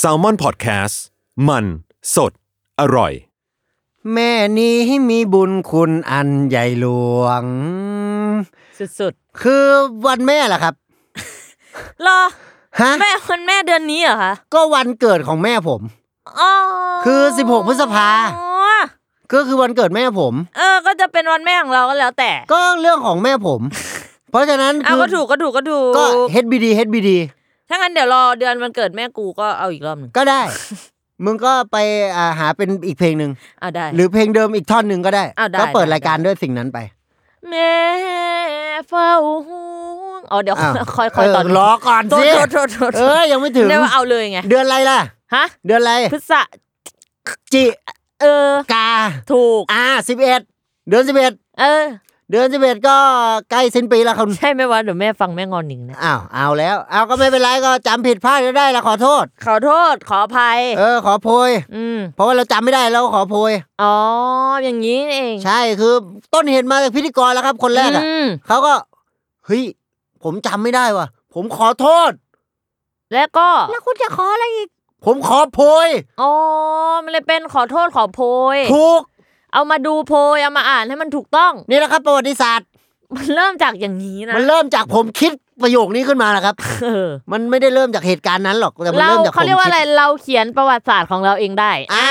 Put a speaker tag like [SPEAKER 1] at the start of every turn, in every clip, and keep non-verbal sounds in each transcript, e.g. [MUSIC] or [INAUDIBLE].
[SPEAKER 1] s a l ม o n PODCAST มันสดอร่อย
[SPEAKER 2] แม่นี้มีบุญคุณอันใหญ่หลวง
[SPEAKER 3] สุด
[SPEAKER 2] คือวันแม่แหละครับ
[SPEAKER 3] ๆรอ
[SPEAKER 2] ฮะ
[SPEAKER 3] แม่คนแม่เดือนนี้เหรอคะ
[SPEAKER 2] ก็วันเกิดของแม่ผม
[SPEAKER 3] อ๋อ
[SPEAKER 2] คือ16พฤษภา
[SPEAKER 3] อ๋อ
[SPEAKER 2] ก็คือวันเกิดแม่ผม
[SPEAKER 3] เออ ก็จะเป็นวันแม่ของเราก็แล้วแต่
[SPEAKER 2] ก็เรื่องของแม่ผม เพราะฉะนั้น
[SPEAKER 3] เอา
[SPEAKER 2] คื
[SPEAKER 3] ก็ถูกก็ถูกก็ถูก
[SPEAKER 2] ก็ HBD HBD
[SPEAKER 3] ถ้างั้นเดี๋ยวรอเดือนวันเกิดแม่กูก็เอาอีกรอบหนึ่ง
[SPEAKER 2] ก็ได้ มึงก็ไปอ่าหาเป็นอีกเพลงหนึ่ง
[SPEAKER 3] อ่ะได้
[SPEAKER 2] หรือเพลงเดิมอีกท่อนหนึ่งก็ได้
[SPEAKER 3] อ้าวได้
[SPEAKER 2] ก็เปิด
[SPEAKER 3] ได้ได้
[SPEAKER 2] รายการด้วยสิ่งนั้นไป
[SPEAKER 3] แม่เฝ้าห่วงอ๋อเดี๋ยว
[SPEAKER 2] าว
[SPEAKER 3] คอยคอยตอน
[SPEAKER 2] เรอก่อน
[SPEAKER 3] โทษ
[SPEAKER 2] สิ
[SPEAKER 3] โทษโทษโทษ
[SPEAKER 2] เอ้ยยังไม่ถึง
[SPEAKER 3] ได้ว่าเอาเลยไง
[SPEAKER 2] เดือนอะไรล่ะ
[SPEAKER 3] ฮะ
[SPEAKER 2] เดือนอะไร
[SPEAKER 3] พฤษะ
[SPEAKER 2] จิ
[SPEAKER 3] เออ
[SPEAKER 2] กา
[SPEAKER 3] ถูก
[SPEAKER 2] อ่าสิบเอ็ดเดือนสิบเอ็ด
[SPEAKER 3] เออ
[SPEAKER 2] เดือนสิบเอ็ดก็ใกล้สิ้นปีแล้วคุณ
[SPEAKER 3] ใช่ไหมวะเดี๋ยวแม่ฟังแม่งอนหนิงนะ
[SPEAKER 2] อ้าวเอาแล้วเอาก็ไม่เป็นไรก็จำผิดพลาดก็ได้ละขอโทษ
[SPEAKER 3] ขอโทษขออภัย
[SPEAKER 2] เออขอโพย
[SPEAKER 3] อืม
[SPEAKER 2] เพราะว่าเราจำไม่ได้เราขอโพย
[SPEAKER 3] อ๋อ อย่างนี้นี่เอง
[SPEAKER 2] ใช่คือต้นเหตุมาจากพิธีกรแล้วครับ คนแรกอ่ะ
[SPEAKER 3] อืม
[SPEAKER 2] เขาก็เฮ้ยผมจำไม่ได้ว่ะ ผมขอโทษ
[SPEAKER 3] แล้วก็
[SPEAKER 2] แล้วคุณจะขออะไรอีก ผมขอโพย
[SPEAKER 3] อ๋อ มันเลยเป็นขอโทษขอโพย
[SPEAKER 2] ถูก
[SPEAKER 3] เอามาดูโพย เอามาอ่านให้มันถูกต้อง [LAUGHS]
[SPEAKER 2] นี่แหละครับประวัติศาสตร์
[SPEAKER 3] มันเริ่มจากอย่างนี้นะ
[SPEAKER 2] มันเริ่มจากผมคิดประโยคนี้ขึ้นมาแหละครับ
[SPEAKER 3] เออ
[SPEAKER 2] มันไม่ได้เริ่มจากเหตุการณ์นั้นหรอกแต่มัน
[SPEAKER 3] เรา
[SPEAKER 2] เริ่มจากผม
[SPEAKER 3] เขาเรียกว่าอะไร
[SPEAKER 2] คิด
[SPEAKER 3] เราเขียนประวัติศาสตร์ของเราเองได้
[SPEAKER 2] อ้า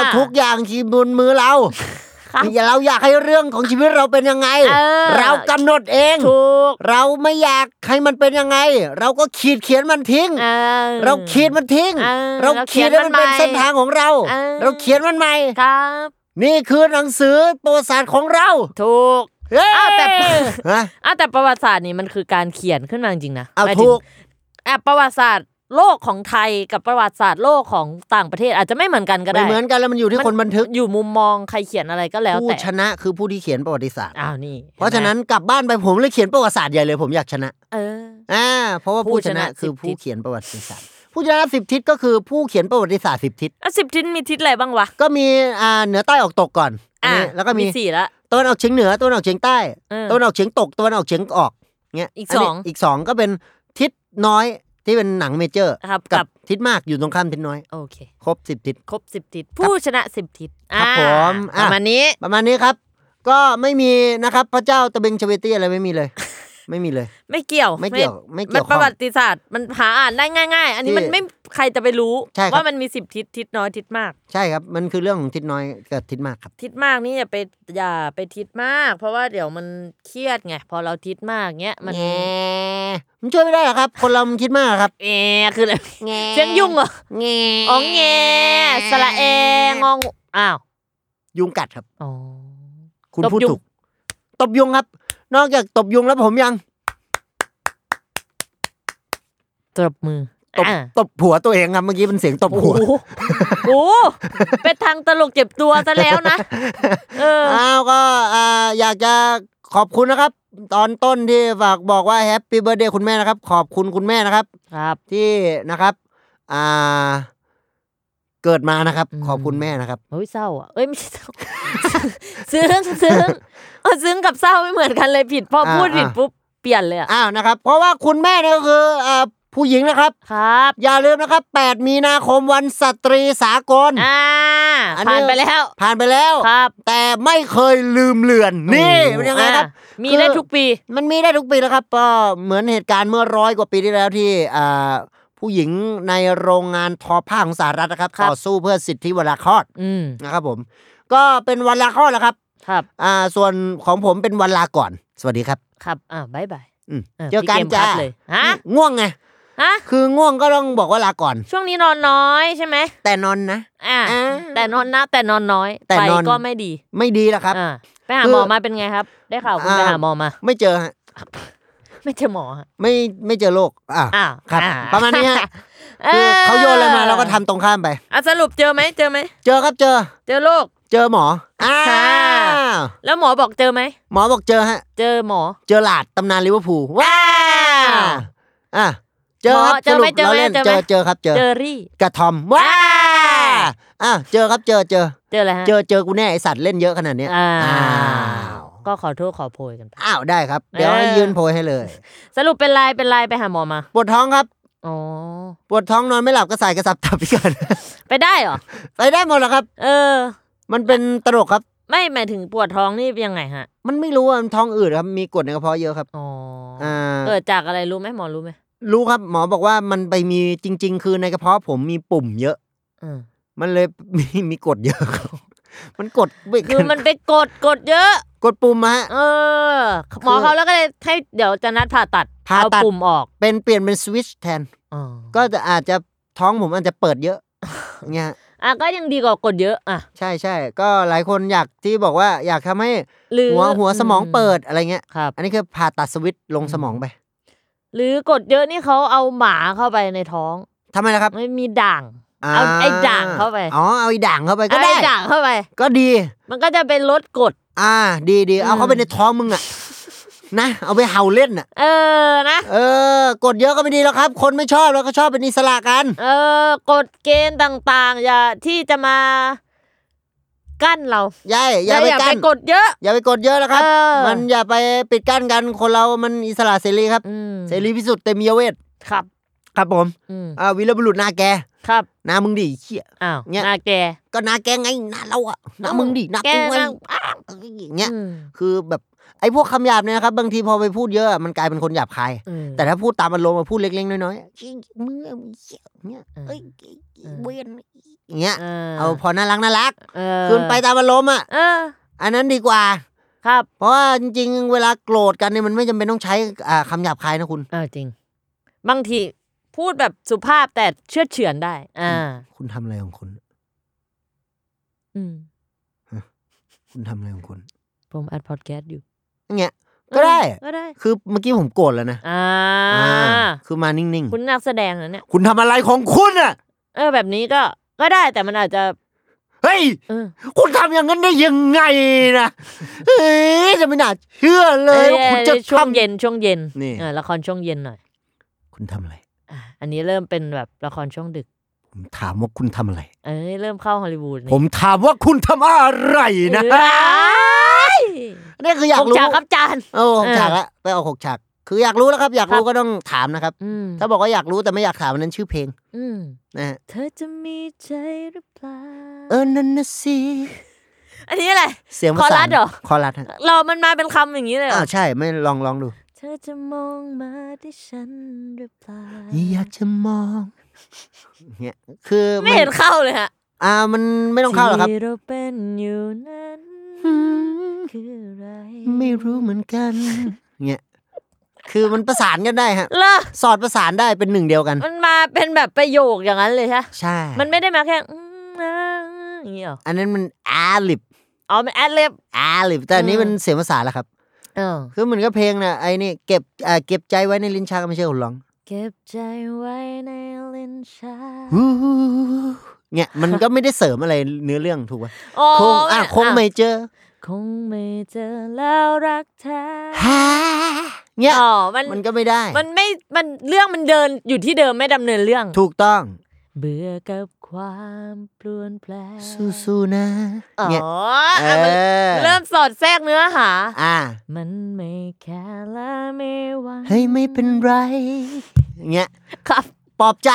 [SPEAKER 2] วทุกอย่างที่บนมือเรา
[SPEAKER 3] ครับ
[SPEAKER 2] อย่าเราอยากให้เรื่องของชีวิตเราเป็นยังไง
[SPEAKER 3] เออ
[SPEAKER 2] เรากำหนดเอง
[SPEAKER 3] ถูก
[SPEAKER 2] เราไม่อยากให้มันเป็นยังไง เราก็ขีดเขียนมันทิ้ง
[SPEAKER 3] ออ
[SPEAKER 2] เราขีดมันทิ้ง
[SPEAKER 3] เออ
[SPEAKER 2] เราขีดให้มันเป็น
[SPEAKER 3] เราเขียนมันใหม่
[SPEAKER 2] เส้นทางของเรา
[SPEAKER 3] เออ
[SPEAKER 2] เราเขียนมันใหม่
[SPEAKER 3] ครับ
[SPEAKER 2] นี่คือหนังสือประวัติศาสตร์ของเรา
[SPEAKER 3] ถูก
[SPEAKER 2] เฮ้ย
[SPEAKER 3] อ้าวแต่
[SPEAKER 2] ฮะ
[SPEAKER 3] อ่ะแต่ประวัติศาสตร์นี่มันคือการเขียนขึ้นมาจริงๆนะ
[SPEAKER 2] เอา
[SPEAKER 3] หมยถึง
[SPEAKER 2] ถูก
[SPEAKER 3] อ่ะประวัติศาสตร์โลกของไทยกับประวัติศาสตร์โลกของต่างประเทศอาจจะไม่เหมือนกันก็
[SPEAKER 2] ไม่
[SPEAKER 3] ได้
[SPEAKER 2] เหมือนกันแล้วมันอยู่ที่คนบันทึก
[SPEAKER 3] อยู่มุมมองใครเขียนอะไรก็แล้ว
[SPEAKER 2] ผู้
[SPEAKER 3] แต่
[SPEAKER 2] ชนะคือผู้ที่เขียนประวัติศาสตร์
[SPEAKER 3] อ้าวนี่ห็ไหม
[SPEAKER 2] เพราะฉะนั้นกลับบ้านไปผมเลยเขียนประวัติศาสตร์ใหญ่เลยผมอยากชนะ
[SPEAKER 3] เออ
[SPEAKER 2] อ่าเพราะว่า
[SPEAKER 3] ผู้
[SPEAKER 2] ผู้ช
[SPEAKER 3] ช
[SPEAKER 2] นะ
[SPEAKER 3] นะ
[SPEAKER 2] คือ
[SPEAKER 3] 10
[SPEAKER 2] ผู้เขียนประวัติศาสตร์ ผู้ชนะสิบทิศก็คือผู้เขียนประวัติศาสตร์สิบทิศ
[SPEAKER 3] อ่ะสิบทิศมีทิศอะไรบ้างวะ
[SPEAKER 2] ก็มีอ่าเหนือใต้ออกตกก่อนอัน
[SPEAKER 3] อ่ะ
[SPEAKER 2] นี้แล้วก็มี
[SPEAKER 3] สี่ละ
[SPEAKER 2] ตะวันออกเฉียงเหนือตะวันออกเฉียงใต้
[SPEAKER 3] เออ
[SPEAKER 2] ตะวันออกเฉียงตกตะวันออกเฉียงออกเงี้ย
[SPEAKER 3] อีก
[SPEAKER 2] นนี้
[SPEAKER 3] สอง
[SPEAKER 2] อีกสองก็เป็นทิศน้อยที่เป็นหนังเมเจอร์
[SPEAKER 3] ครับ
[SPEAKER 2] กั
[SPEAKER 3] กั
[SPEAKER 2] บบ ทิศมากอยู่ตรงข้ามทิศน้อย
[SPEAKER 3] โอเค
[SPEAKER 2] ครบสิบทิศ
[SPEAKER 3] ครบสิบทิศผู้ชนะสิบทิศ
[SPEAKER 2] ครับ
[SPEAKER 3] อ่า
[SPEAKER 2] ผม
[SPEAKER 3] ป
[SPEAKER 2] อ่ะ
[SPEAKER 3] ระมาณนี้
[SPEAKER 2] ประมาณนี้ครับ ก็ไม่มีนะครับพระเจ้าตะเบงชเวตี้อะไรไม่มีเลย
[SPEAKER 3] [LAUGHS]
[SPEAKER 2] ไม่มีเลย
[SPEAKER 3] ไม่เกี่ยว
[SPEAKER 2] ไม่เกี่ยวไม่เกี่ยว
[SPEAKER 3] มันประวัติศาสตร์มันหาอ่านได้ง่าย ๆ อันนี้
[SPEAKER 2] ที่
[SPEAKER 3] มันไม่ใครจะไปรู้
[SPEAKER 2] ใช่ครับ
[SPEAKER 3] ว่ามันมีสิบทิศทิศน้อยทิศมาก
[SPEAKER 2] ใช่ครับ มันคือเรื่องของทิศน้อยกับทิศมากครับ
[SPEAKER 3] ทิศมากนี่อย่าไปอย่าไปทิศมาก เพราะว่าเดี๋ยวมันเครียดไงพอเราทิศมากเงี้ยมัน
[SPEAKER 2] แง่มันช่วยไม่ได้หรอกครับ คนเรามันคิดมากครับ
[SPEAKER 3] เอคืออะไร
[SPEAKER 2] แง่
[SPEAKER 3] เสียงยุ่งเหรอ
[SPEAKER 2] แง่
[SPEAKER 3] อ๋อแงสระเององอ้าว
[SPEAKER 2] ยุงกัดครับ
[SPEAKER 3] อ๋อ
[SPEAKER 2] คุณ
[SPEAKER 3] ตบ
[SPEAKER 2] พูด
[SPEAKER 3] ยุง
[SPEAKER 2] ถูก ตบยุงครับ นอกจากตบยุงแล้วผมยัง
[SPEAKER 3] ตบมือ
[SPEAKER 2] ตบ
[SPEAKER 3] อ่ะ
[SPEAKER 2] ตบผัวตัวเองครับเมื่อกี้เป็นเสียงตบ
[SPEAKER 3] โอ้โห
[SPEAKER 2] หัว
[SPEAKER 3] โอ้โหเป็นทางตลกเจ็บตัวซะแล้วนะ เออ
[SPEAKER 2] อ้าวก็อ่าอยากจะขอบคุณนะครับ ตอนต้นที่ฝากบอกว่าแฮปปี้เบ t ร์ a เดย์คุณแม่นะครับ ขอบคุณคุณแม่นะครับ
[SPEAKER 3] ครับ
[SPEAKER 2] ที่นะครับอ่าเกิดมานะครับ
[SPEAKER 3] อืม
[SPEAKER 2] ขอบคุณแม่นะครับ
[SPEAKER 3] เฮ้ยเศร้าอ่ะ เอ้ยไม่ใช่เศร้า [LAUGHS] ซึ้งซึ้งเออซึ้งกับเศร้าไม่เหมือนกันเลยผิด พอพูด
[SPEAKER 2] อ่า
[SPEAKER 3] ผิดปุ๊บเปลี่ยนเลยอ่ะ
[SPEAKER 2] อ้าวนะครับ เพราะว่าคุณแม่เนี่ยก็คืออ่าผู้หญิงนะครับ
[SPEAKER 3] ครับ
[SPEAKER 2] อย่าลืมนะครับ 8 มีนาคมวันสตรีสากล
[SPEAKER 3] อ่า
[SPEAKER 2] อันนี้
[SPEAKER 3] ผ่านไปแล้ว
[SPEAKER 2] ผ่านไปแล้ว
[SPEAKER 3] ครับ
[SPEAKER 2] แต่ไม่เคยลืมเลือน นี่
[SPEAKER 3] โอ้โห
[SPEAKER 2] เป็นยังไงครับ
[SPEAKER 3] อ่ะมีได้
[SPEAKER 2] คือ
[SPEAKER 3] ทุกปี
[SPEAKER 2] มันมีได้ทุกปีแล้วครับก็เหมือนเหตุการณ์เมื่อร้อยกว่าปีที่แล้วที่อ่าผู้หญิงในโรงงานทอผ้าของสหรัฐนะครับ
[SPEAKER 3] ครับ
[SPEAKER 2] ต่อสู้เพื่อสิทธิเวลาคลอด
[SPEAKER 3] อืม
[SPEAKER 2] นะครับผม ก็เป็นวันลาคลอดแล้วครับ
[SPEAKER 3] ครับ
[SPEAKER 2] อ่าส่วนของผมเป็นวันลาก่อน สวัสดีครับ
[SPEAKER 3] ครับ อ่าบายบาย
[SPEAKER 2] อืม
[SPEAKER 3] ะ
[SPEAKER 2] เจอกัน
[SPEAKER 3] พี่ม
[SPEAKER 2] จ้า
[SPEAKER 3] คัดเลยฮะ
[SPEAKER 2] ง่วงไง
[SPEAKER 3] ฮะ
[SPEAKER 2] คือง่วงก็ต้องบอกว่าลาก่อน
[SPEAKER 3] ช่วงนี้นอนน้อยใช่ไหม
[SPEAKER 2] แต่นอนนะ
[SPEAKER 3] อ่า
[SPEAKER 2] อ่า
[SPEAKER 3] แต่นอนนะแต่นอนน้อย
[SPEAKER 2] แต่
[SPEAKER 3] ไป
[SPEAKER 2] นอน
[SPEAKER 3] ก็ไม่ดี
[SPEAKER 2] ไม่ดีแล้วครับ
[SPEAKER 3] อ่าไปหา
[SPEAKER 2] คือ
[SPEAKER 3] หมอมาเป็นไงครับ ได้ข่าวคุณ
[SPEAKER 2] อ่า
[SPEAKER 3] ไปหาหมอมา
[SPEAKER 2] ไม่เจอฮะ
[SPEAKER 3] ไม่เจอหมอฮะ
[SPEAKER 2] ไม่ไม่เจอโรคอ่ะ
[SPEAKER 3] อ้าว
[SPEAKER 2] ครับ
[SPEAKER 3] อ่
[SPEAKER 2] ประมาณนี้ฮะ คือเขาโยนอะไรมาเราก็ทำตรงข้ามไป
[SPEAKER 3] อ่ะสรุปเจอไหมเจอไหม
[SPEAKER 2] เจอครับเจอ
[SPEAKER 3] เจอโรค
[SPEAKER 2] เจอหมออ้า
[SPEAKER 3] ค่ะ
[SPEAKER 2] ว
[SPEAKER 3] แล้วหมอบอกเจอไหม
[SPEAKER 2] หมอบอกเจอฮะ
[SPEAKER 3] เจอหมอ
[SPEAKER 2] เจอหลาดตำนานลิเวอร์พูลว้าว
[SPEAKER 3] ว
[SPEAKER 2] อ่ะเจอครับ
[SPEAKER 3] หมอเจอไหม
[SPEAKER 2] สรุปเราเล่น
[SPEAKER 3] เจอไหม
[SPEAKER 2] เจอเจอครับเจอ
[SPEAKER 3] เจอรี่
[SPEAKER 2] กระทอมว้าว
[SPEAKER 3] อ่า
[SPEAKER 2] อ่ะเจอครับเจอเจอ
[SPEAKER 3] เจออะไรฮะ
[SPEAKER 2] เจอเจอกูแน่ไอสัตว์เล่นเยอะขนาดเนี้ย
[SPEAKER 3] อ้า
[SPEAKER 2] อ้าว ว
[SPEAKER 3] ก็ขอโทษขอโพยกันไป
[SPEAKER 2] อ้าวได้ครับ เดี๋ยว
[SPEAKER 3] เออ
[SPEAKER 2] ให้ยืนโพยให้เลย
[SPEAKER 3] สรุปเป็นไรเป็นไรไปหาหมอมา
[SPEAKER 2] ปวดท้องครับ
[SPEAKER 3] อ๋อ
[SPEAKER 2] ปวดท้องนอนไม่หลับก็ใส่กระสับตับพิการ
[SPEAKER 3] ไปได้เหรอ
[SPEAKER 2] [LAUGHS] ไปได้หมดแหล้วครับ
[SPEAKER 3] เออ
[SPEAKER 2] มันเป็นตลกครับ
[SPEAKER 3] ไม่หมายถึงปวดท้องนี่ยังไงฮะ
[SPEAKER 2] มันไม่รู้ว่ามันท้องอืดครับ มีกรดในกระเพาะเยอะครับ
[SPEAKER 3] อ๋ออ
[SPEAKER 2] อ่า
[SPEAKER 3] เกิดจากอะไรรู้ไหมหมอรู้ไหม
[SPEAKER 2] รู้ครับหมอบอกว่ามันไปมีจริง ๆ คือในกระเพาะผมมีปุ่มเยอะ
[SPEAKER 3] เออ
[SPEAKER 2] มันเลย [LAUGHS] มีมีกรดเยอะครับ มันกดไม่
[SPEAKER 3] คือมันไปกดกดเยอะ
[SPEAKER 2] [LAUGHS] กดปุ่มอะฮะ
[SPEAKER 3] เออ หมอเขาแล้วก็เลยให้เดี๋ยวจะนัดผ่าตัด
[SPEAKER 2] ผ่าตัด
[SPEAKER 3] เอปุ่มออก
[SPEAKER 2] เป็นเปลี่ยนเป็นสวิตชแทน
[SPEAKER 3] อ๋อ
[SPEAKER 2] ก็จะอาจจะท้องผมอาจจะเปิดเยอะ [LAUGHS] เงี้ย
[SPEAKER 3] อ่ะก็ยังดีกว่ากดเยอะอ่ะ
[SPEAKER 2] ใช่ใช่ก็หลายคนอยากที่บอกว่าอยากทำให้
[SPEAKER 3] หรือ
[SPEAKER 2] หัวหัวสมองเปิดอะไรเงี้ย
[SPEAKER 3] ครับ
[SPEAKER 2] อันนี้คือผ่าตัดสวิตช์ลงสมองไป
[SPEAKER 3] หรือกดเยอะนี่เขาเอาหมาเข้าไปในท้อง
[SPEAKER 2] ทำไมล่ะครับ
[SPEAKER 3] ไม่มีด่าง เอาไอ้ด่างเข้าไป
[SPEAKER 2] อ๋อเอาไอ้ด่างเข้าไปก็
[SPEAKER 3] อะไร
[SPEAKER 2] ได้
[SPEAKER 3] ด่างเข้าไป
[SPEAKER 2] ก็ดี
[SPEAKER 3] มันก็จะเป็นลดกด
[SPEAKER 2] อ่า ดีดีเอา
[SPEAKER 3] อืม
[SPEAKER 2] เข้าไปในท้องมึงอะนะ เอาไปเห่าเล่นอะ
[SPEAKER 3] เออนะ
[SPEAKER 2] เออ กดเยอะก็ไม่ดีแล้วครับ คนไม่ชอบแล้วก็ชอบเป็นอิสระกัน
[SPEAKER 3] เออกฎเกณฑ์ต่างๆ อย่าที่จะมากั้นเรา
[SPEAKER 2] อย่าอย่าไป
[SPEAKER 3] อย่า
[SPEAKER 2] กั้
[SPEAKER 3] ไป
[SPEAKER 2] น
[SPEAKER 3] กดเยอะ
[SPEAKER 2] อย่าไปกดเยอะนะครับ
[SPEAKER 3] เออ
[SPEAKER 2] มันอย่าไปปิดกั้นกันคนเรามันอิสระเสรีครับ
[SPEAKER 3] อืม
[SPEAKER 2] เสรีพิสุทธิ์เตมียเวท
[SPEAKER 3] ครับ
[SPEAKER 2] ครับผม
[SPEAKER 3] อืม
[SPEAKER 2] อ่าวีรบุรุษนาแก
[SPEAKER 3] ครับ
[SPEAKER 2] นามึงดิเขี้ย
[SPEAKER 3] อ้าว
[SPEAKER 2] เนี่ย
[SPEAKER 3] หนาแก
[SPEAKER 2] ก็นาแกไงนาเราอะนามึงดินา
[SPEAKER 3] แก
[SPEAKER 2] กูไง
[SPEAKER 3] นา
[SPEAKER 2] อ้าวอย่างเงี้ย
[SPEAKER 3] อืม
[SPEAKER 2] คือแบบไอ้พวกคำหยาบเนี่ยนะครับ บางทีพอไปพูดเยอะอะมันกลายเป็นคนหยาบคาย
[SPEAKER 3] อืม
[SPEAKER 2] แต่ถ้าพูดตามอารมณ์มาพูดเล็กๆน้อยๆชี้มือเหี้ยเนี่ยเอ้ย
[SPEAKER 3] อืม
[SPEAKER 2] เวียนอย่างเงี้ย
[SPEAKER 3] เอ
[SPEAKER 2] เอาพอน่ารักน่ารัก
[SPEAKER 3] เออ
[SPEAKER 2] คืนไปตามอารมณ์อ่ะ
[SPEAKER 3] เออ
[SPEAKER 2] อันนั้นดีกว่า
[SPEAKER 3] ครับ
[SPEAKER 2] เพราะว่าจริงๆ เวลาโกรธกันเนี่ยมันไม่จำเป็นต้องใช้อ่าคำหยาบคายนะคุณ
[SPEAKER 3] เออจริง บางทีพูดแบบสุภาพแต่เชื่อดเฉือนได้ อ่า
[SPEAKER 2] คุณทำอะไรของคุณ
[SPEAKER 3] อืม
[SPEAKER 2] คุณทำอะไรของคุณ
[SPEAKER 3] ผมอัดพอดแคสต์อยู่
[SPEAKER 2] อย่างเงี้ย ก็ได้
[SPEAKER 3] เออก็ได้
[SPEAKER 2] คือเมื่อกี้ผมโกรธแล้วนะ
[SPEAKER 3] อ่า
[SPEAKER 2] คือมานิ่ง
[SPEAKER 3] คุณนักแสดงนะเนี่ย
[SPEAKER 2] ๆ คุณทำอะไรของคุณอ่ะ
[SPEAKER 3] เออ แบบนี้ก็ก็ได้แต่มันอาจจะ
[SPEAKER 2] เฮ้ย
[SPEAKER 3] เออ
[SPEAKER 2] คุณทำอย่างนั้นได้ยังไงนะ เอ้ยจะไม่น่าเชื่อเลยว่าคุณจะ
[SPEAKER 3] เอ้ยช่วง
[SPEAKER 2] ทำ
[SPEAKER 3] เย็นช่วงเย็น
[SPEAKER 2] นี่
[SPEAKER 3] เออละครช่วงเย็นหน่อย
[SPEAKER 2] คุณทำอะไร
[SPEAKER 3] อ่ะอันนี้เริ่มเป็นแบบละครช่วงดึก
[SPEAKER 2] ผมถามว่าคุณทำอะไร
[SPEAKER 3] เอ้ยเริ่มเข้าฮอลลีวูดนี่
[SPEAKER 2] ผมถามว่าคุณทำอะไรนะ
[SPEAKER 3] เอ้ย
[SPEAKER 2] นี่คืออยา
[SPEAKER 3] ห
[SPEAKER 2] ก
[SPEAKER 3] ก
[SPEAKER 2] รู้
[SPEAKER 3] จานครับจาน
[SPEAKER 2] โอ้หก
[SPEAKER 3] เออ
[SPEAKER 2] ฉากละไปเอาหกฉาก คืออยากรู้แล้วครับ อยากรู้
[SPEAKER 3] ครับ
[SPEAKER 2] ก็ต้องถามนะครับ
[SPEAKER 3] อืม
[SPEAKER 2] ถ้าบอกว่าอยากรู้แต่ไม่อยากถามอันนั้นชื่อเพลง
[SPEAKER 3] อืม
[SPEAKER 2] นะฮะ
[SPEAKER 3] เธอจะมีใจหรือเปล่า
[SPEAKER 2] เออนั่นนะสิ
[SPEAKER 3] อันนี้อะไร
[SPEAKER 2] เสียงภาษา
[SPEAKER 3] คอรัสเหรอ
[SPEAKER 2] คอรัสฮะ
[SPEAKER 3] เรามันมาเป็นคำอย่างนี้เลยเหร
[SPEAKER 2] อ้า
[SPEAKER 3] อ
[SPEAKER 2] วใช่ไม่ลองลองดู
[SPEAKER 3] เธอจะมองมาที่ฉันหรือเปล่า
[SPEAKER 2] อยากจะมองเนี่ยคือ
[SPEAKER 3] ไม่เห็น
[SPEAKER 2] น
[SPEAKER 3] เข้าเลยฮะ
[SPEAKER 2] อ่ามันไม่ต้องเข้าหรอกครับ
[SPEAKER 3] ที่เราเป็นอยู่นั้นคืออะไร
[SPEAKER 2] ไม่รู้เหมือนกัน เนี่ยคือมันประสานกันได้ฮะ
[SPEAKER 3] เลอ
[SPEAKER 2] สอดประสานได้เป็นหนึ่งเดียวกัน
[SPEAKER 3] มันมาเป็นแบบประโยคอย่างนั้นเลยฮะ
[SPEAKER 2] ใช่
[SPEAKER 3] มันไม่ได้มาแค่อืมอ่าอย่างนี้หรอ
[SPEAKER 2] อันนั้นมันอาลิบ
[SPEAKER 3] อ๋อมันแอดเล็บ
[SPEAKER 2] อาลิบแต่อันนี้
[SPEAKER 3] อืม
[SPEAKER 2] มันเสียงภาษาแล้วครับ
[SPEAKER 3] เออ
[SPEAKER 2] คือเหมือนกับเพลงนะไอ้นี่เก็บอ่าเก็บใจไว้ในลิ้นชักไม่ใช่คนร้อง
[SPEAKER 3] เก็บใจไว้ในลิ้นชัก
[SPEAKER 2] ฮู้เนี่ยมันก็ไม่ได้เสริมอะไรเนื้อเรื่องถูกป่ะ
[SPEAKER 3] โอ้
[SPEAKER 2] คงอ่ะคงไม่เจอ
[SPEAKER 3] คงไม่เจอแล้วรักแท้
[SPEAKER 2] ฮาเนี่ย
[SPEAKER 3] อ๋อมัน
[SPEAKER 2] มันก็ไม่ได้
[SPEAKER 3] มันไม่มันเรื่องมันเดินอยู่ที่เดิมไม่ดำเนินเรื่อง
[SPEAKER 2] ถูกต้อง
[SPEAKER 3] เบื่อกับความปลวนแปลง
[SPEAKER 2] สู้ๆนะ
[SPEAKER 3] อ๋อ
[SPEAKER 2] เนี่ยเอ
[SPEAKER 3] อ่ะมั
[SPEAKER 2] อ
[SPEAKER 3] นเริ่มสอดแทรกเนื้อหา
[SPEAKER 2] อ่า
[SPEAKER 3] มันไม่แค่ละไม่หวัง
[SPEAKER 2] เฮ้ยไม่เป็นไรเนี่ย
[SPEAKER 3] ครับ
[SPEAKER 2] ปลอบใจ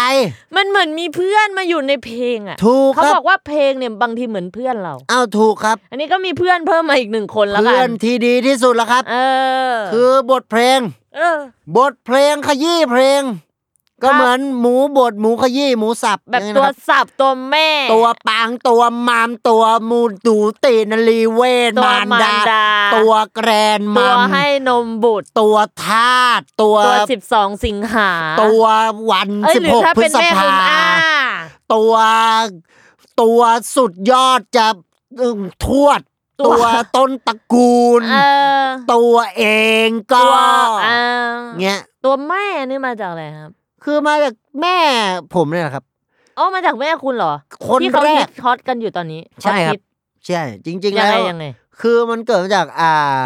[SPEAKER 3] มันเหมือนมีเพื่อนมาอยู่ในเพลงอ่ะ
[SPEAKER 2] ถูก
[SPEAKER 3] เขา
[SPEAKER 2] ครับบอก
[SPEAKER 3] ว่าเพลงเนี่ยบางทีเหมือนเพื่อนเรา
[SPEAKER 2] อ้าวถูกครับ
[SPEAKER 3] อันนี้ก็มีเพื่อนเพิ่มมาอีกหนึ่งคนแล้วกั
[SPEAKER 2] เพื่อน
[SPEAKER 3] น
[SPEAKER 2] ที่ดีที่สุดแล้วครับ
[SPEAKER 3] เออ
[SPEAKER 2] คือบทเพลง
[SPEAKER 3] เออ
[SPEAKER 2] บทเพลงขยี้เพลง ก็
[SPEAKER 3] ครับ
[SPEAKER 2] เหมือนหมูบดหมูขยี้หมูสับ
[SPEAKER 3] แบ
[SPEAKER 2] อ
[SPEAKER 3] บ
[SPEAKER 2] ย่างนี้
[SPEAKER 3] ตั
[SPEAKER 2] นะ
[SPEAKER 3] ว
[SPEAKER 2] ครับ
[SPEAKER 3] สับตัวแม่
[SPEAKER 2] [LAUGHS] ตัวปางตัวมามตัวมูตูตีนรีเวท
[SPEAKER 3] ตัว
[SPEAKER 2] มาร
[SPEAKER 3] มาร
[SPEAKER 2] ดา
[SPEAKER 3] ดา
[SPEAKER 2] ตัวแกรน
[SPEAKER 3] ตั
[SPEAKER 2] มั
[SPEAKER 3] ว
[SPEAKER 2] ม
[SPEAKER 3] ให้นมบุตร
[SPEAKER 2] ตัวทาสตัว
[SPEAKER 3] ตัวสิบสองสิงหา
[SPEAKER 2] ตัววัน
[SPEAKER 3] เอ้ย
[SPEAKER 2] สิบ
[SPEAKER 3] หรือ
[SPEAKER 2] หก
[SPEAKER 3] ถ้า
[SPEAKER 2] พฤ
[SPEAKER 3] เป็น
[SPEAKER 2] ษ
[SPEAKER 3] แม่
[SPEAKER 2] ภา
[SPEAKER 3] คุณอา
[SPEAKER 2] ตัวตัวสุดยอดจะอืมทวด ตัวต้นตระกูล
[SPEAKER 3] เออ
[SPEAKER 2] ตัวเองก็
[SPEAKER 3] ตัวอ่า
[SPEAKER 2] เงี้ย
[SPEAKER 3] ตัวแม่นี่มาจากอะไรครับ
[SPEAKER 2] คือมาจากแม่ผมเนี่ยแหละครับ
[SPEAKER 3] อ๋อมาจากแม่คุณเหรอ
[SPEAKER 2] คน
[SPEAKER 3] ที่เขา
[SPEAKER 2] แร
[SPEAKER 3] ฮิ
[SPEAKER 2] ก
[SPEAKER 3] ตฮอตกันอยู่ตอนนี้
[SPEAKER 2] ใช่ครับ
[SPEAKER 3] ฮอตฮิต
[SPEAKER 2] ใช่จริง ๆ
[SPEAKER 3] ยัง
[SPEAKER 2] แล้
[SPEAKER 3] ไง
[SPEAKER 2] ว
[SPEAKER 3] ยังไง
[SPEAKER 2] คือมันเกิดมาจากอ่า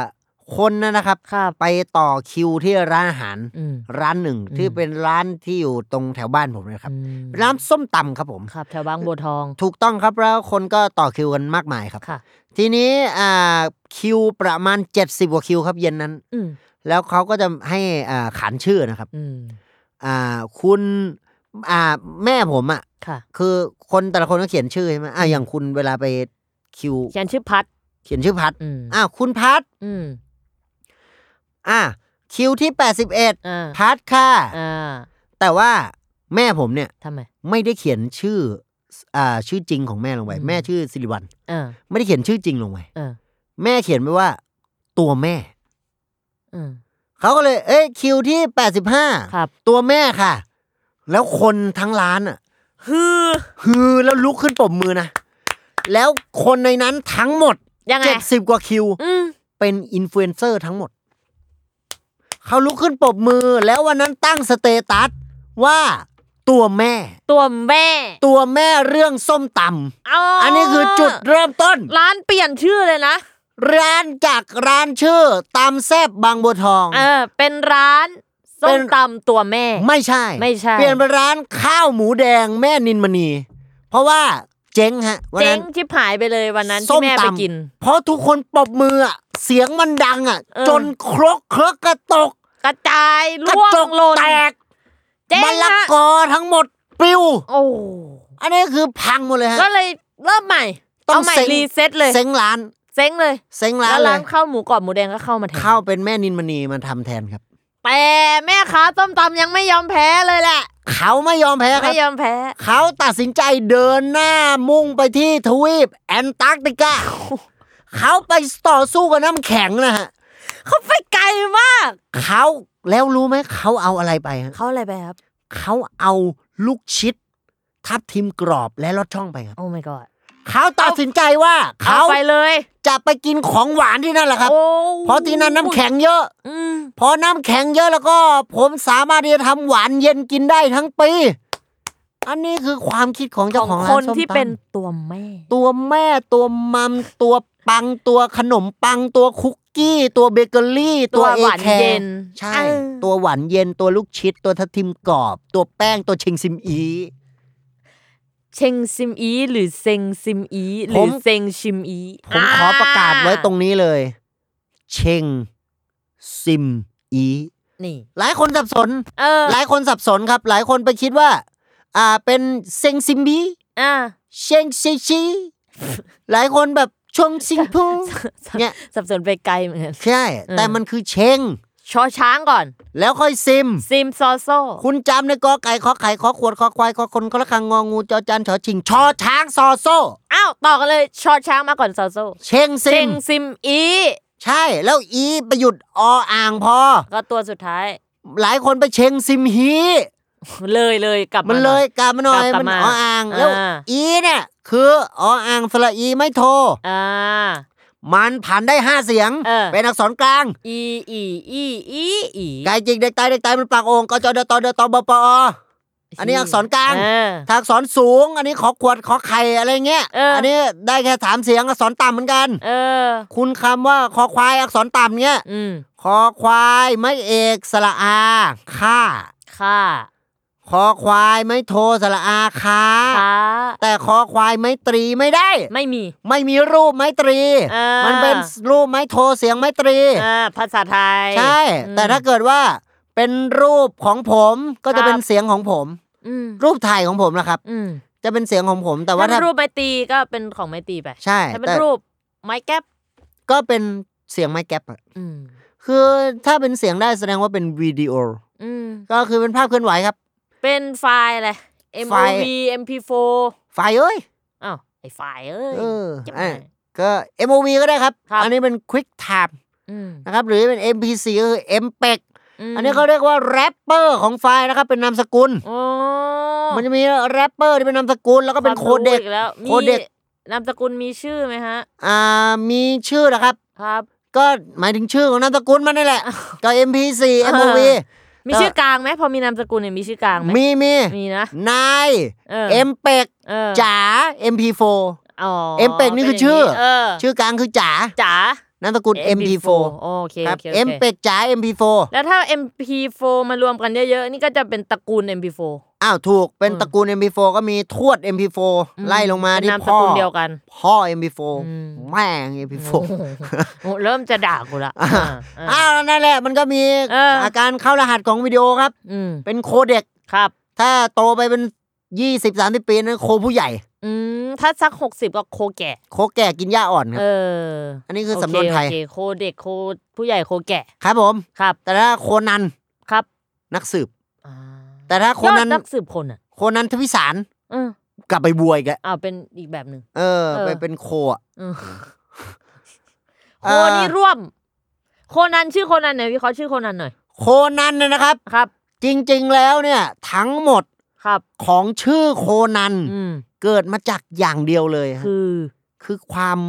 [SPEAKER 2] คนนะนะครับ
[SPEAKER 3] ครับ
[SPEAKER 2] ไปต่อคิวที่ร้านอาหาร
[SPEAKER 3] อืม
[SPEAKER 2] ร้านหนึ่ง
[SPEAKER 3] อืม
[SPEAKER 2] ที่เป็นร้านที่อยู่ตรงแถวบ้านผมเนยครับ
[SPEAKER 3] อืม
[SPEAKER 2] เป็นร้านส้มตำครับผม
[SPEAKER 3] ครับแถวบางบัวทอง
[SPEAKER 2] ถูกต้องครับแล้วคนก็ต่อคิวกันมากมายครับ
[SPEAKER 3] ค่ะ
[SPEAKER 2] ทีนี้อ่าคิวประมาณ 70กว่าคิวครับเย็นนั้น
[SPEAKER 3] อืม
[SPEAKER 2] แล้วเขาก็จะให้อ่าขานชื่อนะครับ
[SPEAKER 3] อืม
[SPEAKER 2] อ่าคุณอ่าแม่ผมอ่ะ
[SPEAKER 3] ค่ะ
[SPEAKER 2] คือคนแต่ละคนก็เขียนชื่อใช่ไหมอ่ะอย่างคุณเวลาไปคิว
[SPEAKER 3] ฉันชื่อพัด
[SPEAKER 2] เขียนชื่อพัด
[SPEAKER 3] อืม
[SPEAKER 2] อ่ะคุณพัด
[SPEAKER 3] อืม
[SPEAKER 2] อ่ะคิวที่ 81
[SPEAKER 3] อ่า
[SPEAKER 2] พัดค่ะ
[SPEAKER 3] อ่า
[SPEAKER 2] แต่ว่าแม่ผมเนี่ย
[SPEAKER 3] ทำไม
[SPEAKER 2] ไม่ได้เขียนชื่ออ่าชื่อจริงของแม่ลงไป
[SPEAKER 3] อืม
[SPEAKER 2] แม่ชื่อสิริวัล
[SPEAKER 3] เออ
[SPEAKER 2] ไม่ได้เขียนชื่อจริงลงไป
[SPEAKER 3] เออ
[SPEAKER 2] แม่เขียนไปว่าตัวแม่
[SPEAKER 3] เออ
[SPEAKER 2] เขาก็เลย เอ้ยคิวที่ 85
[SPEAKER 3] ครับ
[SPEAKER 2] ตัวแม่ค่ะ แล้วคนทั้งร้านอ่ะ
[SPEAKER 3] ฮือ
[SPEAKER 2] ฮือแล้วลุกขึ้นปรบมือนะ แล้วคนในนั้นทั้งหมด
[SPEAKER 3] ยังไง
[SPEAKER 2] เจ็ดสิบกว่าคิว
[SPEAKER 3] อืม
[SPEAKER 2] เป็นอินฟลูเอนเซอร์ทั้งหมด เขาลุกขึ้นปรบมือ แล้ววันนั้นตั้งสเตตัสว่าตัวแม่
[SPEAKER 3] ตัวแม่
[SPEAKER 2] ตัวแม่เรื่องส้มต
[SPEAKER 3] อ๋อ
[SPEAKER 2] ำ
[SPEAKER 3] อั
[SPEAKER 2] อันนี้คือจุดเริ่มต้น
[SPEAKER 3] ร้านเปลี่ยนชื่อเลยนะ
[SPEAKER 2] ร้านจากร้านชื่อตำแซบบางบัวทอง
[SPEAKER 3] เออ เป็นร้านส้
[SPEAKER 2] เป็
[SPEAKER 3] ม
[SPEAKER 2] น
[SPEAKER 3] ตำตัวแม่
[SPEAKER 2] ไม่ใช่
[SPEAKER 3] ไม่ใช่
[SPEAKER 2] เปลี่ยนเป็นร้านข้าวหมูแดงแม่นินมณี เพราะว่าเจ๊งฮะวัน
[SPEAKER 3] เจ๊
[SPEAKER 2] นั้
[SPEAKER 3] ง
[SPEAKER 2] น
[SPEAKER 3] ที่หายไปเลยวันนั้น
[SPEAKER 2] ส้
[SPEAKER 3] ที่
[SPEAKER 2] ม
[SPEAKER 3] แม่
[SPEAKER 2] ตำ
[SPEAKER 3] ไปกิน
[SPEAKER 2] เพราะทุกคนปรบมืออะเสียงมันดังอ่ะ
[SPEAKER 3] เออ
[SPEAKER 2] จนครกเครกกระตก
[SPEAKER 3] กระจาย
[SPEAKER 2] กระ
[SPEAKER 3] ล่วง
[SPEAKER 2] จก
[SPEAKER 3] หล่น
[SPEAKER 2] แตก
[SPEAKER 3] เจ๊ง
[SPEAKER 2] มะละ
[SPEAKER 3] ฮะ
[SPEAKER 2] กอทั้งหมดปลิว
[SPEAKER 3] โอ้
[SPEAKER 2] อันนี้คือพังหมดเลยฮะ
[SPEAKER 3] ก็เลยเริ่มใหม่
[SPEAKER 2] ต้อง
[SPEAKER 3] เอาใหม่
[SPEAKER 2] เซ็ง
[SPEAKER 3] รีเซ็ตเลย
[SPEAKER 2] เซ้งร้าน
[SPEAKER 3] เซ็งเลย
[SPEAKER 2] เซ้งร้า
[SPEAKER 3] แล้
[SPEAKER 2] น
[SPEAKER 3] ว
[SPEAKER 2] เล
[SPEAKER 3] ร้าย นข้าวหมูกรอบหมูแดงก็เข้ามาแทน
[SPEAKER 2] เข้าเป็นแม่นินมณีมาทำแทนครับ
[SPEAKER 3] แต่แม่ค้าส้มตำยังไม่ยอมแพ้เลยแหละ
[SPEAKER 2] เขาไม่ยอมแพ้ครับ
[SPEAKER 3] ไม่ยอมแพ้
[SPEAKER 2] เขาตัดสินใจเดินหน้ามุ่งไปที่ทวีปแอนตาร์กติกา เขาไปต่อสู้กับน้ำแข็งนะฮะ
[SPEAKER 3] เขาไปไกลมาก
[SPEAKER 2] เขาแล้วรู้ไหมเขาเอาอะไรไปฮะ
[SPEAKER 3] เขาอะไรไปครับ
[SPEAKER 2] เขาเอาลูกชิด ทับทิมกรอบและลอดช่องไปครับ
[SPEAKER 3] โอ้ my god
[SPEAKER 2] เขาตัดสินใจว่า
[SPEAKER 3] เอา
[SPEAKER 2] เขา
[SPEAKER 3] ไปเลย
[SPEAKER 2] จะไปกินของหวานที่นั่นแหละครับ
[SPEAKER 3] โอ้
[SPEAKER 2] เพราะที่นั่นน้ำแข็งเยอะ
[SPEAKER 3] อืม
[SPEAKER 2] พอน้ำแข็งเยอะแล้วก็ ผมสามารถที่จะทำหวานเย็นกินได้ทั้งปี อันนี้คือความคิดของเจ้าข
[SPEAKER 3] ข
[SPEAKER 2] อ
[SPEAKER 3] อง ง
[SPEAKER 2] ร้า
[SPEAKER 3] คน น
[SPEAKER 2] ส้ม
[SPEAKER 3] ที่
[SPEAKER 2] ตำ
[SPEAKER 3] เป็นตัวแม่
[SPEAKER 2] ตัวแม่ตัวมัมตัวปังตัวขนมปังตัวคุกกี้ ตัวเบเกอรี่
[SPEAKER 3] ตัวหวาน
[SPEAKER 2] แคร์
[SPEAKER 3] เย็น
[SPEAKER 2] ใช่
[SPEAKER 3] เออ
[SPEAKER 2] ตัวหวานเย็นตัวลูกชิด ตัวทับทิมกรอบ ตัวแป้งตัวเชงซิมอี
[SPEAKER 3] เชงซิมอีหรือเซงซิมอีห
[SPEAKER 2] ผ
[SPEAKER 3] รือ
[SPEAKER 2] ม
[SPEAKER 3] เซงชิมอี
[SPEAKER 2] ผมขอประกาศไว้ตรงนี้เลย เชงซิมอี
[SPEAKER 3] นี่
[SPEAKER 2] หลายคนสับสน
[SPEAKER 3] เออ
[SPEAKER 2] หลายคนสับสนครับ หลายคนไปคิดว่า อ่าเป็นเซงซิมบี
[SPEAKER 3] อ่า
[SPEAKER 2] เชงซิชีหลายคนแบบชวงซิงพู
[SPEAKER 3] [LAUGHS]
[SPEAKER 2] เนี่ย
[SPEAKER 3] สับสนไปไกลเหมือนกัน
[SPEAKER 2] ใช่
[SPEAKER 3] เออ
[SPEAKER 2] แต่มันคือเชง
[SPEAKER 3] ชอช้างก่อน
[SPEAKER 2] แล้วค่อยซิม
[SPEAKER 3] ซิมซอโซ
[SPEAKER 2] คุณจำในกอไก่ขอไข่ขอขวดขอควายขอคนขอระฆังงองูจอจานชอชิงชอช้างซอโซ่
[SPEAKER 3] อ้าวต่อกันเลยชอช้างมาก่อนซอโซ
[SPEAKER 2] เชง
[SPEAKER 3] เช
[SPEAKER 2] ซิม
[SPEAKER 3] งซิมอี
[SPEAKER 2] ใช่แล้วอีไปหยุดออ่างพอ
[SPEAKER 3] ก็ตัวสุดท้าย [LAUGHS]
[SPEAKER 2] หลายคนไปเชงซิมฮี
[SPEAKER 3] เลยเลยกลับมา
[SPEAKER 2] มัน
[SPEAKER 3] ห
[SPEAKER 2] เล
[SPEAKER 3] อย
[SPEAKER 2] ยกลับมาหน่อย
[SPEAKER 3] กลับ
[SPEAKER 2] มัน
[SPEAKER 3] มา
[SPEAKER 2] อออ่างแล้ว
[SPEAKER 3] อ่า
[SPEAKER 2] อีเนี่ยคืออออ่างสระอีไม่โทร
[SPEAKER 3] อ่า
[SPEAKER 2] มันผ่านได้ห้าเสียง
[SPEAKER 3] เออ
[SPEAKER 2] เป็นอักษรกลาง
[SPEAKER 3] อีอีอีอีอี
[SPEAKER 2] ไก่จิกเด็กตายเด็กตายมันปากโองกจดตเดตบปอ อันนี้อักษรกลาง
[SPEAKER 3] เออ
[SPEAKER 2] ถ้าอักษรสูง อันนี้ขอขวดขอไข่อะไรเงี้ย
[SPEAKER 3] เอออั
[SPEAKER 2] อันนี้ได้แค่สามเสียงอักษรต่ำเหมือนกัน
[SPEAKER 3] เออ
[SPEAKER 2] คุณคำว่าคอควายอักษรต่ำเงี้ย
[SPEAKER 3] อืม
[SPEAKER 2] คอควายไม่เอกสระอาค่า
[SPEAKER 3] ค่า
[SPEAKER 2] คอควายไม่โทรสระอาค้า
[SPEAKER 3] ค้า
[SPEAKER 2] แต่คอควายไม่ตรีไม่ได้
[SPEAKER 3] ไม่มี
[SPEAKER 2] ไม่มีรูปไม้ตรี
[SPEAKER 3] อ่ามั
[SPEAKER 2] มันเป็นรูปไม้โทเสียงไม้ตรี
[SPEAKER 3] อ่าภาษาไทย
[SPEAKER 2] ใช่
[SPEAKER 3] อืม
[SPEAKER 2] แต่ถ้าเกิดว่าเป็นรูปของผมก็
[SPEAKER 3] ครั
[SPEAKER 2] จะ
[SPEAKER 3] บ
[SPEAKER 2] เป็นเสียงของผม
[SPEAKER 3] อืม
[SPEAKER 2] รูปถ่ายของผมนะครับ
[SPEAKER 3] อืม
[SPEAKER 2] จะเป็นเสียงของผม แต่ว่า
[SPEAKER 3] ถ้าเป็
[SPEAKER 2] ถ้าน
[SPEAKER 3] รูปไม้ตีก็เป็นของไม้ตีไป
[SPEAKER 2] ใช่
[SPEAKER 3] ถ้าเป็น
[SPEAKER 2] แต่
[SPEAKER 3] รูปไม้แก๊ป
[SPEAKER 2] ก็เป็นเสียงไม้แก๊ปอะ
[SPEAKER 3] อืม
[SPEAKER 2] คือถ้าเป็นเสียงได้แสดงว่าเป็นวิดีโอ
[SPEAKER 3] อืม
[SPEAKER 2] ก็คือเป็นภาพเคลื่อนไหวครับ
[SPEAKER 3] เป็นไฟล์อะไร
[SPEAKER 2] ไฟล์
[SPEAKER 3] MOV MP4
[SPEAKER 2] ไฟล์เอ้ย
[SPEAKER 3] อ้าวไอไฟล์เอ้ย
[SPEAKER 2] เออ
[SPEAKER 3] จิ๊บ
[SPEAKER 2] อ่ะ
[SPEAKER 3] หาย
[SPEAKER 2] ก็ MOV ก็ได้ครับ
[SPEAKER 3] ครับ
[SPEAKER 2] อันนี้เป็น Quick Time
[SPEAKER 3] อืม
[SPEAKER 2] นะครับ หรือเป็น MPC ก็คือ MPEG
[SPEAKER 3] ม
[SPEAKER 2] อันนี้เขาเรียกว่าแรปเปอร์ของไฟล์นะครับ เป็นนามสกุล
[SPEAKER 3] โอ้
[SPEAKER 2] มันจะมีแรปเปอร์ที่เป็นนามสกุลแล้วก็เป็น
[SPEAKER 3] วาม
[SPEAKER 2] โค
[SPEAKER 3] รู้
[SPEAKER 2] เด็ก
[SPEAKER 3] อีแล้วมี
[SPEAKER 2] โคเด็ก
[SPEAKER 3] นามสกุลมีชื่อไหมฮะ
[SPEAKER 2] อ่ามีชื่อนะครับ
[SPEAKER 3] ครับ
[SPEAKER 2] ก็หมายถึงชื่อของนามสกุลมันนี่แหละ ก็ MP4
[SPEAKER 3] อ่า
[SPEAKER 2] MOV
[SPEAKER 3] มีชื่อกลางไหมพอมีนามสกุลเนี่ยมีชื่อกลางไหม
[SPEAKER 2] มีมี
[SPEAKER 3] มีนะ
[SPEAKER 2] นาย
[SPEAKER 3] เออ
[SPEAKER 2] เอ็มเป็ก
[SPEAKER 3] เออ
[SPEAKER 2] จ๋า MP4
[SPEAKER 3] อ๋อ
[SPEAKER 2] เอ็มเป็กนี่คือชื่อ
[SPEAKER 3] เอ
[SPEAKER 2] ชื่อกลางคือจ๋า
[SPEAKER 3] จ๋าน
[SPEAKER 2] ามสกุล MP4
[SPEAKER 3] โอเค
[SPEAKER 2] ค
[SPEAKER 3] โอ
[SPEAKER 2] รับ
[SPEAKER 3] เคโอเค
[SPEAKER 2] M เป็กจ๋า MP4
[SPEAKER 3] แล้วถ้า MP4 มารวมกันเยอะๆ นี่ก็จะเป็นตระกูล MP4
[SPEAKER 2] อ้าวถูกเป็น
[SPEAKER 3] อืม
[SPEAKER 2] ตระกูล MP4 ก็มีทวด MP4
[SPEAKER 3] อืม
[SPEAKER 2] ไล่ลงมา
[SPEAKER 3] เป็น
[SPEAKER 2] ที่
[SPEAKER 3] นามส
[SPEAKER 2] พ่อ
[SPEAKER 3] กุลเดียวกัน
[SPEAKER 2] พ่อ MP4
[SPEAKER 3] อืม
[SPEAKER 2] แม่ง MP4
[SPEAKER 3] โอ้โหโอ้เริ่มจะด่ากูละอ่าอ่า
[SPEAKER 2] อ้าวนั่นแหละมันก็มี
[SPEAKER 3] เอออ
[SPEAKER 2] การเข้ารหัสของวิดีโอครับ
[SPEAKER 3] อืม
[SPEAKER 2] เป็นโคเด็ก
[SPEAKER 3] ครับ
[SPEAKER 2] ถ้าโตไปเป็น 20 30 ปีนั้นโคผู้ใหญ่
[SPEAKER 3] อืมถ้าสักหกสิบก็โคแก่
[SPEAKER 2] โคแก่กินหญ้าอ่อนค
[SPEAKER 3] เอ
[SPEAKER 2] รับ
[SPEAKER 3] อ
[SPEAKER 2] อันนี้คือ
[SPEAKER 3] โเ
[SPEAKER 2] สำนวนไทย
[SPEAKER 3] โอเคโคเด็กโคผู้ใหญ่โคแก่
[SPEAKER 2] ครับผม
[SPEAKER 3] ครับ
[SPEAKER 2] แต่ถ้าโคนัน
[SPEAKER 3] ครับ
[SPEAKER 2] นักสืบ
[SPEAKER 3] อ่า
[SPEAKER 2] แต่ถ้าโคนัน
[SPEAKER 3] ยอดนักสืบคนอ่ะ
[SPEAKER 2] โคนันทวิสาร
[SPEAKER 3] เออก
[SPEAKER 2] ลับไปบวยกอะ
[SPEAKER 3] เอาเป็นอีกแบบหนึ่ง
[SPEAKER 2] เออ
[SPEAKER 3] เออ
[SPEAKER 2] ไปเป็นโคอะ
[SPEAKER 3] อืม
[SPEAKER 2] เอ่
[SPEAKER 3] โค
[SPEAKER 2] อ
[SPEAKER 3] นี่ร่วม โคนันชื่อโคนันหน่อยวิเคราะห์ชื่อโคนันหน่อย
[SPEAKER 2] โคนันเนี่ยนะครับ
[SPEAKER 3] ครับ
[SPEAKER 2] จริงๆแล้วเนี่ย ทั้งหมด
[SPEAKER 3] ครับ
[SPEAKER 2] ของชื่อโคนัน
[SPEAKER 3] อืม
[SPEAKER 2] เกิดมาจากอย่างเดียวเลยฮะ
[SPEAKER 3] คือ
[SPEAKER 2] คือความ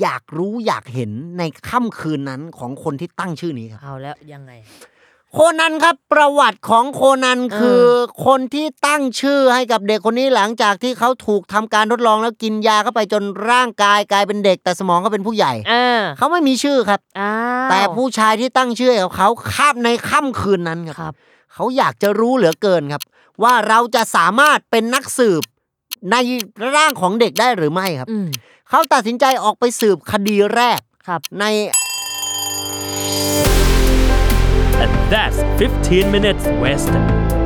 [SPEAKER 2] อยากรู้อยากเห็นในค่ำคืนนั้นของคนที่ตั้งชื่อนี้ครับ
[SPEAKER 3] เอาแล้วยังไง
[SPEAKER 2] โคนันครับประวัติของโคนัน
[SPEAKER 3] เออ
[SPEAKER 2] คือคนที่ตั้งชื่อให้กับเด็กคนนี้หลังจากที่เขาถูกทำการทดลองแล้วกินยาเข้าไปจนร่างกายกลายเป็นเด็ก แต่สมองก็เป็นผู้ใหญ่
[SPEAKER 3] เออ
[SPEAKER 2] เขาไม่มีชื่อครับ
[SPEAKER 3] อ้าว
[SPEAKER 2] แต่ผู้ชายที่ตั้งชื่อให้กับเขาคาบในค่ำคืนนั้น
[SPEAKER 3] ค
[SPEAKER 2] ค
[SPEAKER 3] รั
[SPEAKER 2] รับ
[SPEAKER 3] บ
[SPEAKER 2] เขาอยากจะรู้เหลือเกินครับ ว่าเราจะสามารถเป็นนักสืบในร่างของเด็กได้หรือไม่ครับ
[SPEAKER 3] อืม
[SPEAKER 2] เขาตัดสินใจออกไปสืบคดีแรก
[SPEAKER 3] ครับ
[SPEAKER 2] ใน
[SPEAKER 4] And that's 15 minutes west.